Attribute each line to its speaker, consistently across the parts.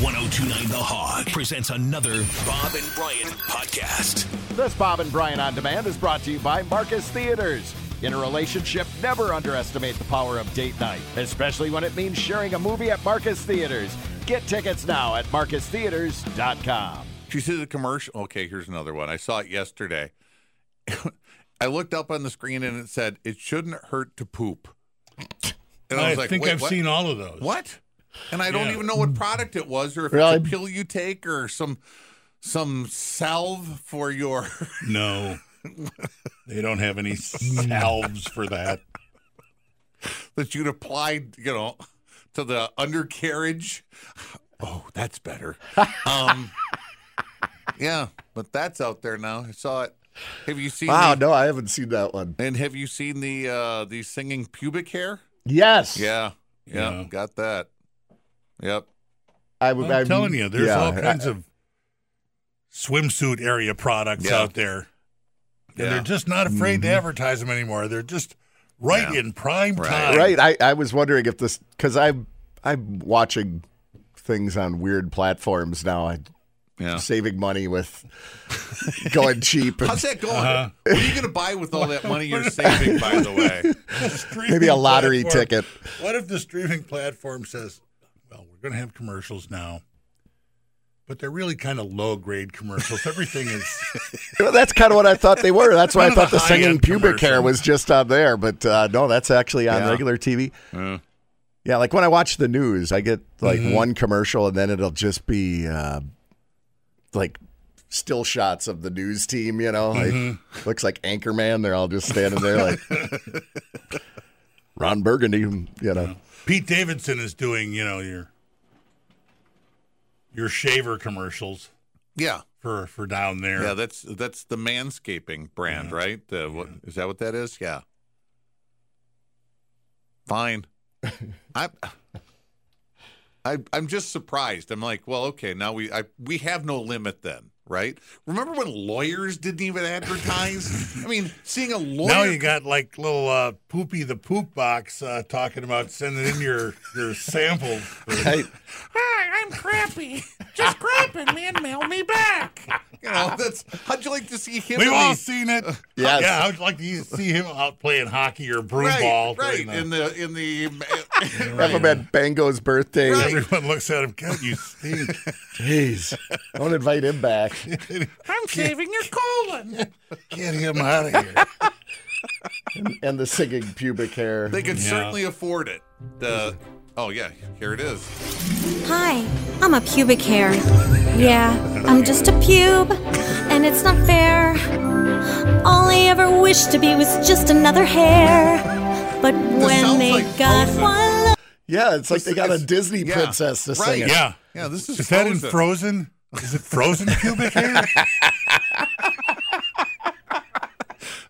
Speaker 1: 1029 The Hog presents another Bob and Brian podcast.
Speaker 2: This Bob and Brian on Demand is brought to you by Marcus Theaters. In a relationship, never underestimate the power of date night, especially when it means sharing a movie at Marcus Theaters. Get tickets now at marcustheaters.com.
Speaker 3: Did you see the commercial? Okay, here's another one. I saw it yesterday. I looked up on the screen and it said, it shouldn't hurt to poop. And
Speaker 4: I,
Speaker 3: was like,
Speaker 4: think
Speaker 3: "Wait,
Speaker 4: I've
Speaker 3: what?
Speaker 4: seen all of those.
Speaker 3: What? And I don't
Speaker 4: Yeah.
Speaker 3: even know what product it was or if
Speaker 5: Really?
Speaker 3: it's a pill you take or some some salve for your
Speaker 4: No, they don't have any salves for that.
Speaker 3: that you'd apply, you know, to the undercarriage. Oh, that's better. Um, yeah, but that's out there now. I saw it. Have you seen
Speaker 5: Wow,
Speaker 3: the-
Speaker 5: no, I haven't seen that one.
Speaker 3: And have you seen the uh the singing pubic hair?
Speaker 5: Yes.
Speaker 3: Yeah. Yeah,
Speaker 4: Yeah.
Speaker 3: got that. Yep.
Speaker 5: I,
Speaker 4: I'm,
Speaker 5: would- I,
Speaker 4: telling you, there's
Speaker 5: yeah,
Speaker 4: all
Speaker 5: I-
Speaker 4: kinds of swimsuit area products
Speaker 3: Yeah.
Speaker 4: out there, and
Speaker 3: Yeah.
Speaker 4: they're just not afraid
Speaker 5: Mm-hmm.
Speaker 4: to advertise them anymore. They're just right
Speaker 3: Yeah.
Speaker 4: in prime
Speaker 3: Right.
Speaker 4: time.
Speaker 5: Right. I, I was wondering if this because I'm I'm watching things on weird platforms now. I'm
Speaker 3: Yeah.
Speaker 5: saving money with going cheap. And
Speaker 3: How's that going? What are you going to buy with all that money you're saving, by the way?
Speaker 4: The streaming
Speaker 5: maybe a lottery
Speaker 4: platform-
Speaker 5: ticket.
Speaker 4: What if the streaming platform says, "Well, we're going to have commercials now." But they're really kind of low grade commercials. Everything is
Speaker 5: Well, that's kind of what I thought they were. That's why I
Speaker 4: Kind of
Speaker 5: thought the
Speaker 4: a
Speaker 5: singing
Speaker 4: high-end
Speaker 5: pubic hair
Speaker 4: commercial.
Speaker 5: was just on there, but uh, no, that's actually on
Speaker 3: Yeah.
Speaker 5: regular TV. Yeah, like when I watch the news, I get like one commercial, and then it'll just be uh, like still shots of the news team. You know, like
Speaker 4: Mm-hmm.
Speaker 5: looks like Anchorman. They're all just standing there, like Ron Burgundy. You know,
Speaker 4: Pete Davidson is doing, you know, your your shaver commercials
Speaker 3: Yeah.
Speaker 4: for for down there.
Speaker 3: Yeah, that's that's the manscaping brand, right? The, what, is that what that is? Yeah. Fine. I, I I'm just surprised. I'm like, well, okay, now we I, we have no limit then, right? Remember when lawyers didn't even advertise? I mean, seeing a lawyer
Speaker 4: now you got like little uh, Poopy the Poop Box uh, talking about sending in your your sample. For,
Speaker 5: Hey,
Speaker 3: Hi, I'm Crappy. Just crapping me and mail me back. You know, that's how'd you like to see him?
Speaker 4: we've
Speaker 3: in
Speaker 4: all
Speaker 3: the-
Speaker 4: seen it.
Speaker 5: Yes.
Speaker 4: Yeah, I would like to see him out playing hockey or broom
Speaker 3: right,
Speaker 4: ball.
Speaker 3: right
Speaker 4: during
Speaker 3: in
Speaker 4: the-
Speaker 3: the in the.
Speaker 5: Everman Bango's birthday.
Speaker 3: Right.
Speaker 4: Everyone looks at him. God, you stink.
Speaker 5: Jeez, don't invite him back.
Speaker 3: I'm saving your colon.
Speaker 4: Get him out of here.
Speaker 5: And the singing pubic hair.
Speaker 3: They could
Speaker 4: Yeah.
Speaker 3: certainly afford it. The oh yeah, here it is.
Speaker 6: Hi, I'm a pubic hair. Yeah, I'm just a pube, and it's not fair. All I ever wished to be was just another hair. But
Speaker 3: sounds
Speaker 6: when they
Speaker 3: like
Speaker 6: got
Speaker 3: Frozen.
Speaker 6: one
Speaker 5: yeah, it's like they got a
Speaker 3: It's-
Speaker 5: Disney
Speaker 3: yeah,
Speaker 5: princess to sing
Speaker 3: right.
Speaker 5: it.
Speaker 4: Yeah.
Speaker 3: Yeah, this is
Speaker 4: Is that in
Speaker 3: Frozen.
Speaker 4: Frozen? Is it Frozen pubic hair?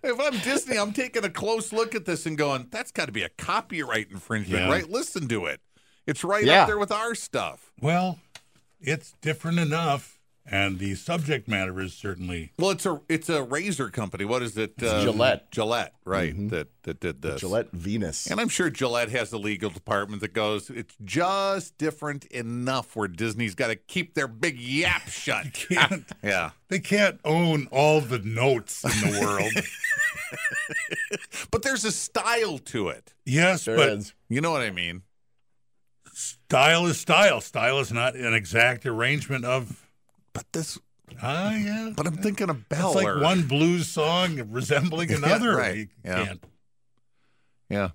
Speaker 3: If I'm Disney, I'm taking a close look at this and going, that's got to be a copyright infringement,
Speaker 4: Yeah.
Speaker 3: right? Listen to it. It's right
Speaker 5: Yeah.
Speaker 3: up there with our stuff.
Speaker 4: Well, it's different enough, and the subject matter is certainly
Speaker 3: Well, it's a it's a razor company. What is it? Uh,
Speaker 5: Gillette. Mm-hmm.
Speaker 3: Gillette, right? That that did this.
Speaker 5: Gillette Venus.
Speaker 3: And I'm sure Gillette has a legal department that goes, it's just different enough where Disney's got to keep their big yap shut.
Speaker 4: can't.
Speaker 3: yeah.
Speaker 4: They can't own all the notes in the world.
Speaker 3: But there's a style to it.
Speaker 4: yes,
Speaker 5: There
Speaker 4: but
Speaker 5: it is.
Speaker 3: You know what I mean?
Speaker 4: style is style. Style is not an exact arrangement of.
Speaker 3: But this,
Speaker 4: Ah, yeah.
Speaker 3: but I'm thinking of Bell.
Speaker 4: It's
Speaker 3: or-
Speaker 4: like one blues song resembling
Speaker 3: Yeah,
Speaker 4: another.
Speaker 3: right.
Speaker 4: You
Speaker 3: Yeah.
Speaker 4: can't.
Speaker 3: Yeah.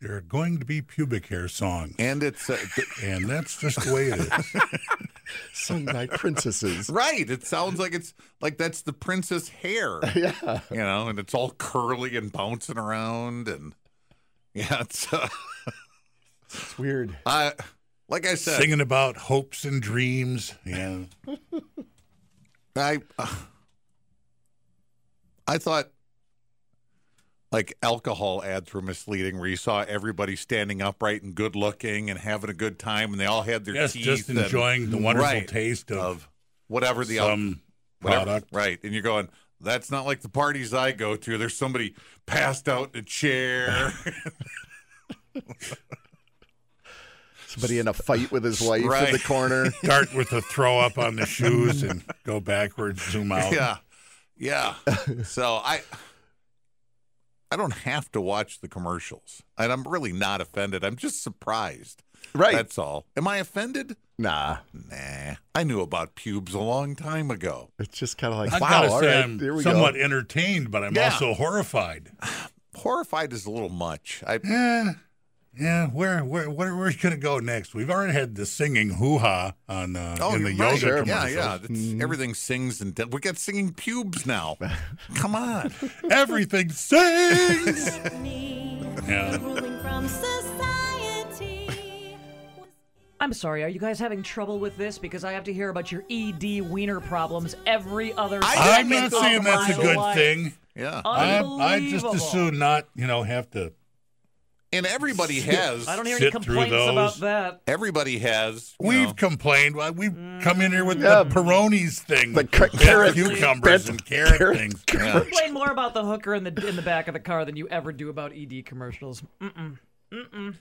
Speaker 4: There are going to be pubic hair songs,
Speaker 3: And it's, uh, th-
Speaker 4: and that's just the way it is.
Speaker 5: sung by princesses.
Speaker 3: right. It sounds like it's like that's the princess hair,
Speaker 5: yeah.
Speaker 3: you know, and it's all curly and bouncing around. And yeah, it's, uh,
Speaker 5: It's weird.
Speaker 3: I, like I said,
Speaker 4: Singing about hopes and dreams. Yeah.
Speaker 3: I uh, I thought like alcohol ads were misleading where you saw everybody standing upright and good looking and having a good time and they all had their
Speaker 4: Yes,
Speaker 3: teeth
Speaker 4: just
Speaker 3: and-
Speaker 4: enjoying the wonderful
Speaker 3: Right.
Speaker 4: taste of,
Speaker 3: whatever the al-
Speaker 4: some
Speaker 3: whatever-
Speaker 4: product.
Speaker 3: right and you're going that's not like the parties I go to there's somebody passed out in a chair
Speaker 5: Somebody in a fight with his wife in the
Speaker 3: Right.
Speaker 5: corner.
Speaker 4: Start with the throw up on the shoes and go backwards, zoom out.
Speaker 3: Yeah. Yeah. so I I don't have to watch the commercials. And I'm really not offended. I'm just surprised.
Speaker 5: Right.
Speaker 3: That's all. Am I offended?
Speaker 5: Nah,
Speaker 3: Nah. I knew about pubes a long time ago.
Speaker 5: it's just kind of like
Speaker 4: I've
Speaker 5: wow.
Speaker 4: got to
Speaker 5: all
Speaker 4: say
Speaker 5: right,
Speaker 4: I'm
Speaker 5: here we
Speaker 4: somewhat
Speaker 5: go.
Speaker 4: entertained, but I'm
Speaker 3: Yeah.
Speaker 4: also horrified.
Speaker 3: Horrified is a little much. I
Speaker 4: Yeah, yeah. Where, where, where, where's gonna go next? We've already had the singing hoo ha on uh, in the
Speaker 3: Oh, you're right.
Speaker 4: yoga
Speaker 3: Yeah,
Speaker 4: commercials. Mm-hmm.
Speaker 3: yeah. It's, Everything sings and we got singing pubes now. Come on.
Speaker 4: Everything sings. yeah.
Speaker 6: Ruling from society.
Speaker 7: I'm sorry, are you guys having trouble with this? Because I have to hear about your ED wiener problems every other
Speaker 3: I-
Speaker 4: I'm not saying that's a good thing.
Speaker 3: Yeah.
Speaker 7: Uh,
Speaker 4: I, I just
Speaker 7: Unbelievable.
Speaker 4: assume not. You know, have to.
Speaker 3: And everybody has
Speaker 7: I don't hear any
Speaker 4: Sit through
Speaker 7: complaints
Speaker 4: those.
Speaker 7: about that.
Speaker 3: everybody has you
Speaker 4: We've
Speaker 3: know,
Speaker 4: complained. Well, We've come in here with
Speaker 5: Yeah.
Speaker 4: the Peronis thing,
Speaker 5: The
Speaker 4: with
Speaker 5: ca-
Speaker 4: bent
Speaker 5: carrot-
Speaker 4: cucumbers
Speaker 5: bent
Speaker 4: and carrot,
Speaker 5: carrot
Speaker 4: things.
Speaker 3: yeah.
Speaker 7: Complain more about the hooker in the in the back of the car than you ever do about ED commercials. Mm, Mm-mm.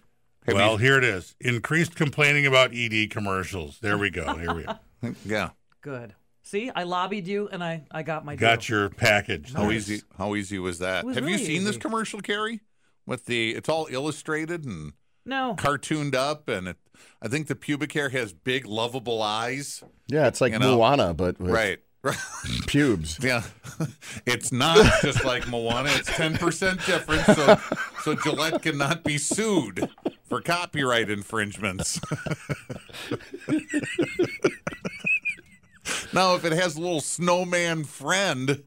Speaker 4: Well, here it is. Increased complaining about ED commercials. There we go. Here we are.
Speaker 3: yeah.
Speaker 7: Good. See, I lobbied you and I, I got my
Speaker 4: Got
Speaker 7: deal.
Speaker 4: your package.
Speaker 3: How easy? How easy was that?
Speaker 7: It was
Speaker 3: Have you
Speaker 7: really
Speaker 3: seen this
Speaker 7: easy.
Speaker 3: commercial, Carrie? With the it's all illustrated and
Speaker 7: No.
Speaker 3: cartooned up, and it, I think the pubic hair has big, lovable eyes.
Speaker 5: Yeah, it's like
Speaker 3: You know.
Speaker 5: Moana, but with
Speaker 3: Right. Right.
Speaker 5: pubes.
Speaker 3: Yeah, it's not just like Moana. It's ten percent different, so so Gillette cannot be sued for copyright infringements. now, if it has a little snowman friend,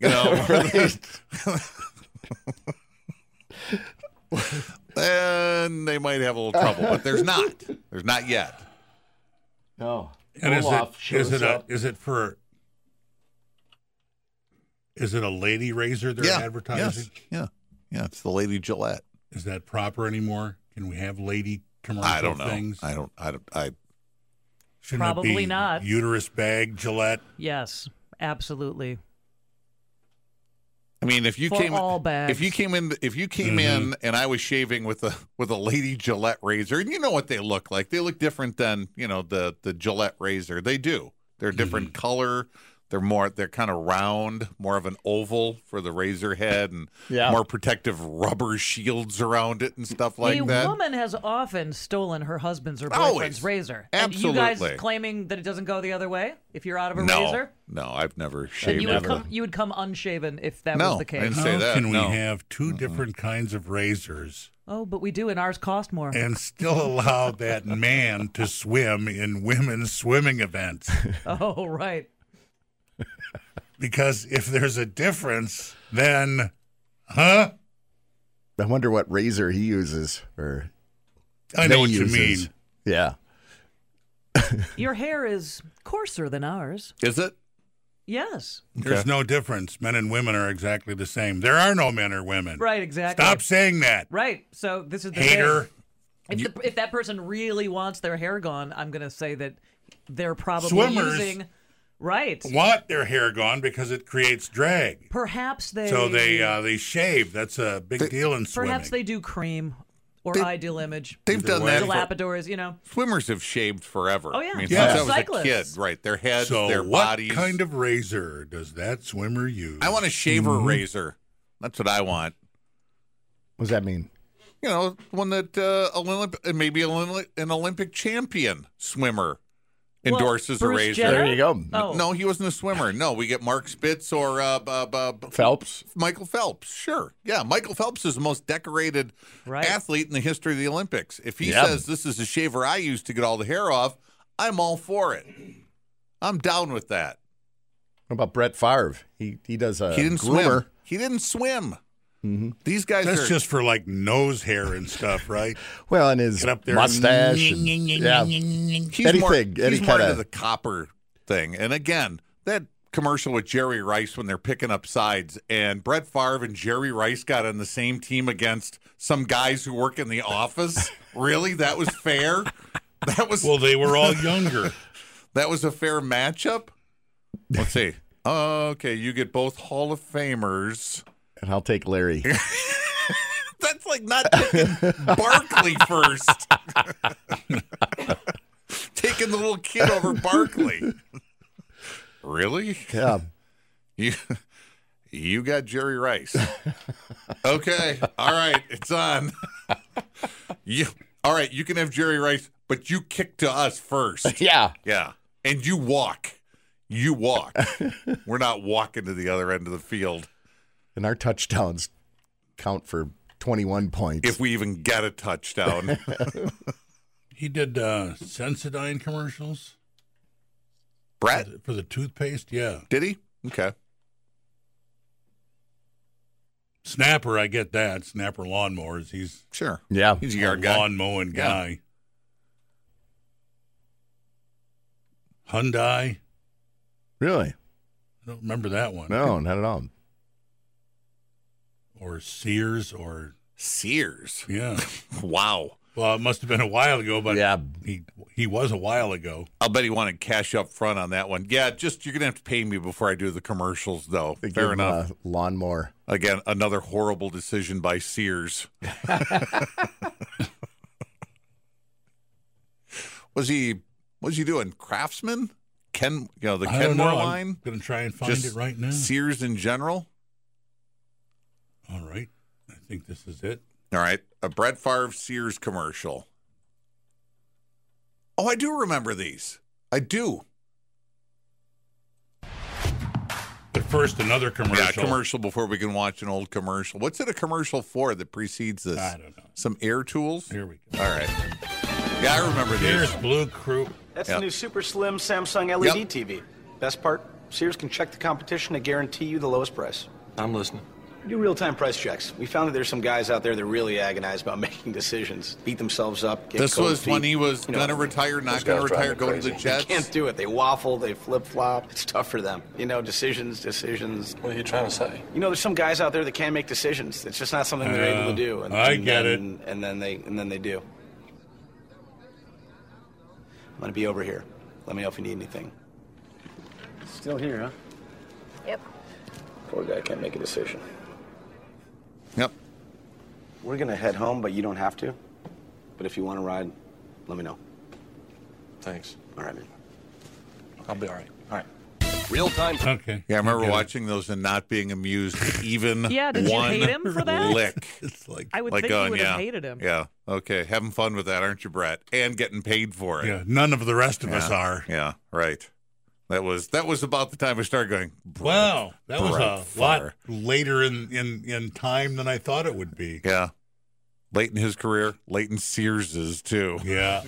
Speaker 3: you know, where they- then they might have a little trouble. But there's not. There's not yet.
Speaker 5: No.
Speaker 4: And is
Speaker 5: Olaf
Speaker 4: it is
Speaker 5: shows
Speaker 4: it a,
Speaker 5: up.
Speaker 4: is it for is it a lady razor they're advertising?
Speaker 3: Yes. Yeah. Yeah. It's the Lady Gillette.
Speaker 4: Is that proper anymore? Can we have lady commercial
Speaker 3: I don't know.
Speaker 4: things?
Speaker 3: I don't. I don't. I.
Speaker 4: Shouldn't it
Speaker 7: Probably
Speaker 4: be
Speaker 7: not.
Speaker 4: Uterus bag Gillette.
Speaker 7: Yes, absolutely.
Speaker 3: I mean, if you
Speaker 7: For
Speaker 3: came,
Speaker 7: all bags.
Speaker 3: if you came in, if you came
Speaker 4: Mm-hmm.
Speaker 3: in, and I was shaving with a with a Lady Gillette razor, and you know what they look like, they look different than you know the the Gillette razor. They do.
Speaker 4: Mm-hmm.
Speaker 3: They're different color. They're more. They're kind of round, more of an oval for the razor head, and
Speaker 5: Yeah.
Speaker 3: more protective rubber shields around it and stuff like
Speaker 7: a
Speaker 3: that.
Speaker 7: woman has often stolen her husband's or boyfriend's
Speaker 3: Always.
Speaker 7: razor. And you guys
Speaker 3: Absolutely.
Speaker 7: claiming that it doesn't go the other way if you're out of a
Speaker 3: no,
Speaker 7: razor?
Speaker 3: no, I've never
Speaker 7: And
Speaker 3: shaved.
Speaker 7: you
Speaker 3: with
Speaker 7: would,
Speaker 3: a-
Speaker 7: come, you would come unshaven if that
Speaker 3: No,
Speaker 7: was the
Speaker 3: I didn't
Speaker 7: case.
Speaker 3: say
Speaker 4: How
Speaker 3: that,
Speaker 4: can we
Speaker 3: no.
Speaker 4: have 2 different kinds of razors
Speaker 7: Oh, but we do, and ours cost more.
Speaker 4: and still allow that man to swim in women's swimming events?
Speaker 7: Oh, right.
Speaker 4: Because if there's a difference, then huh?
Speaker 5: I wonder what razor he uses or
Speaker 4: I know
Speaker 5: they
Speaker 4: what you
Speaker 5: uses.
Speaker 4: mean.
Speaker 5: Yeah.
Speaker 7: Your hair is coarser than ours.
Speaker 3: Is it?
Speaker 7: Yes.
Speaker 4: There's no difference. Men and women are exactly the same. There are no men or women.
Speaker 7: Right, exactly.
Speaker 4: Stop saying that.
Speaker 7: Right. So this is the
Speaker 4: Hater.
Speaker 7: thing. If, the, if that person really wants their hair gone, I'm going to say that they're probably
Speaker 4: Swimmers.
Speaker 7: using. Right.
Speaker 4: Want their hair gone because it creates drag.
Speaker 7: Perhaps they.
Speaker 4: So they uh, they shave. That's a big deal in swimming.
Speaker 7: Perhaps they do cream or ideal image.
Speaker 3: They've done
Speaker 4: way.
Speaker 3: that. for-
Speaker 7: Dilapidors, you know.
Speaker 3: swimmers have shaved forever.
Speaker 7: Oh, yeah.
Speaker 3: I mean,
Speaker 4: Yeah.
Speaker 3: since I was a
Speaker 7: Cyclists.
Speaker 3: kid, right? Their heads,
Speaker 4: so
Speaker 3: their
Speaker 4: what
Speaker 3: bodies.
Speaker 4: kind of razor does that swimmer use?
Speaker 3: I want a shaver
Speaker 4: Mm-hmm.
Speaker 3: razor. That's what I want.
Speaker 5: What does that mean?
Speaker 3: You know, one that uh, Olymp- uh, maybe an Olymp- an Olympic champion swimmer
Speaker 7: Well,
Speaker 3: endorses a
Speaker 7: Bruce
Speaker 3: razor.
Speaker 7: Jenner?
Speaker 5: There you go.
Speaker 7: Oh.
Speaker 3: No, he wasn't a swimmer. No, we get Mark Spitz or uh, bu- bu- bu-
Speaker 5: Phelps.
Speaker 3: Michael Phelps. Sure. Yeah, Michael Phelps is the most decorated
Speaker 7: Right.
Speaker 3: athlete in the history of the Olympics. If he
Speaker 5: Yeah.
Speaker 3: says this is a shaver I use to get all the hair off, I'm all for it. I'm down with that.
Speaker 5: What about Brett Favre? He he does a
Speaker 3: He didn't
Speaker 5: groomer.
Speaker 3: swim. He didn't swim. These guys
Speaker 4: That's
Speaker 3: are
Speaker 4: just for like nose hair and stuff, right?
Speaker 5: Well, and his
Speaker 4: Get up there and-
Speaker 5: mustache. and- yeah.
Speaker 3: he's more,
Speaker 5: anything, any
Speaker 3: he's more
Speaker 5: kinda-
Speaker 3: into the copper thing. And again, that commercial with Jerry Rice when they're picking up sides, and Brett Favre and Jerry Rice got on the same team against some guys who work in the office. really, that was fair. That was
Speaker 4: Well, they were all younger.
Speaker 3: that was a fair matchup. Let's see. Okay, you get both Hall of Famers.
Speaker 5: And I'll take Larry.
Speaker 3: That's like not taking Barkley first? taking the little kid over Barkley. Really?
Speaker 5: Yeah.
Speaker 3: You you got Jerry Rice. Okay. All right. It's on. You, all right, you can have Jerry Rice, but you kick to us first.
Speaker 5: Yeah.
Speaker 3: Yeah. And you walk. You walk. We're not walking to the other end of the field
Speaker 5: And our touchdowns count for 21 points.
Speaker 3: if we even get a touchdown.
Speaker 4: He did uh, Sensodyne commercials
Speaker 3: Brett,
Speaker 4: for the toothpaste. Yeah,
Speaker 3: did he? Okay.
Speaker 4: Snapper. I get that. Snapper lawnmowers. He's
Speaker 3: Sure.
Speaker 5: yeah.
Speaker 3: He's a
Speaker 4: a
Speaker 3: yard guy.
Speaker 4: lawn mowing
Speaker 3: Yeah.
Speaker 4: guy. Hyundai.
Speaker 5: Really?
Speaker 4: I don't remember that one.
Speaker 5: No, not at all.
Speaker 4: Or Sears. Or
Speaker 3: Sears.
Speaker 4: yeah.
Speaker 3: Wow.
Speaker 4: Well, it must have been a while ago, but
Speaker 5: Yeah.
Speaker 4: he he was a while ago.
Speaker 3: I'll bet he wanted cash up front on that one. Yeah, just you're gonna have to pay me before I do the commercials, though.
Speaker 5: They give
Speaker 3: Fair
Speaker 5: him
Speaker 3: enough.
Speaker 5: a lawnmower.
Speaker 3: Again, another horrible decision by Sears. was he was he doing craftsman? Ken you know, the
Speaker 4: I don't know.
Speaker 3: Kenmore
Speaker 4: I'm
Speaker 3: line?
Speaker 4: going to try and find it right now.
Speaker 3: Sears in general.
Speaker 4: All right. I think this is it.
Speaker 3: All right. A Brett Favre Sears commercial. Oh, I do remember these. I do.
Speaker 4: But first, another commercial.
Speaker 3: Yeah, commercial before we can watch an old commercial. What's it a commercial for that precedes this?
Speaker 4: I don't know.
Speaker 3: Some air tools?
Speaker 4: Here we go.
Speaker 3: All right. Yeah, I remember these.
Speaker 4: Sears Blue Crew.
Speaker 8: That's
Speaker 3: Yep.
Speaker 8: the new super slim Samsung E LED
Speaker 3: Yep.
Speaker 8: TV. Best part, Sears can check the competition to guarantee you the lowest price.
Speaker 9: I'm listening.
Speaker 8: We do real-time price checks. We found that there's some guys out there that really agonize about making decisions, beat themselves up. Get
Speaker 3: This
Speaker 8: cold
Speaker 3: was
Speaker 8: feet.
Speaker 3: when he was
Speaker 8: You know,
Speaker 3: going to retire, not
Speaker 9: those
Speaker 3: going to
Speaker 9: guys drive
Speaker 3: retire,
Speaker 9: me
Speaker 3: go to the
Speaker 9: crazy.
Speaker 8: They
Speaker 3: Jets.
Speaker 8: can't do it. They waffle. They flip-flop. It's tough for them. You know, decisions, decisions.
Speaker 9: What are you trying to say?
Speaker 8: You know, there's some guys out there that can't make decisions. It's just not something they're
Speaker 4: Yeah,
Speaker 8: able to do.
Speaker 4: I get it.
Speaker 8: then, And then they and then they do. I'm gonna be over here. Let me know if you need anything. Still here, huh?
Speaker 10: Yep.
Speaker 8: Poor guy can't make a decision.
Speaker 3: Yep.
Speaker 8: We're gonna head home, but you don't have to. But if you want to ride, let me know.
Speaker 9: Thanks.
Speaker 8: All right, man.
Speaker 9: I'll be all right.
Speaker 8: All right.
Speaker 9: Real time.
Speaker 4: Okay.
Speaker 3: Yeah, I remember
Speaker 4: Get it.
Speaker 3: watching those and not being amused even
Speaker 7: Yeah, did you
Speaker 3: one
Speaker 7: hate him for that?
Speaker 3: lick.
Speaker 4: It's like,
Speaker 7: I would
Speaker 3: like
Speaker 7: think
Speaker 3: going,
Speaker 7: you would
Speaker 3: yeah,
Speaker 7: have hated him.
Speaker 3: yeah, okay, having fun with that, aren't you, Brett? And getting paid for it.
Speaker 4: yeah, none of the rest of us are.
Speaker 3: Yeah, right. That was that was about the time I started going. Brett.
Speaker 4: Wow, that was a
Speaker 3: Brett
Speaker 4: lot
Speaker 3: Favre.
Speaker 4: later in, in, in time than I thought it would be.
Speaker 3: Yeah, late in his career, late in Sears's too.
Speaker 4: Yeah.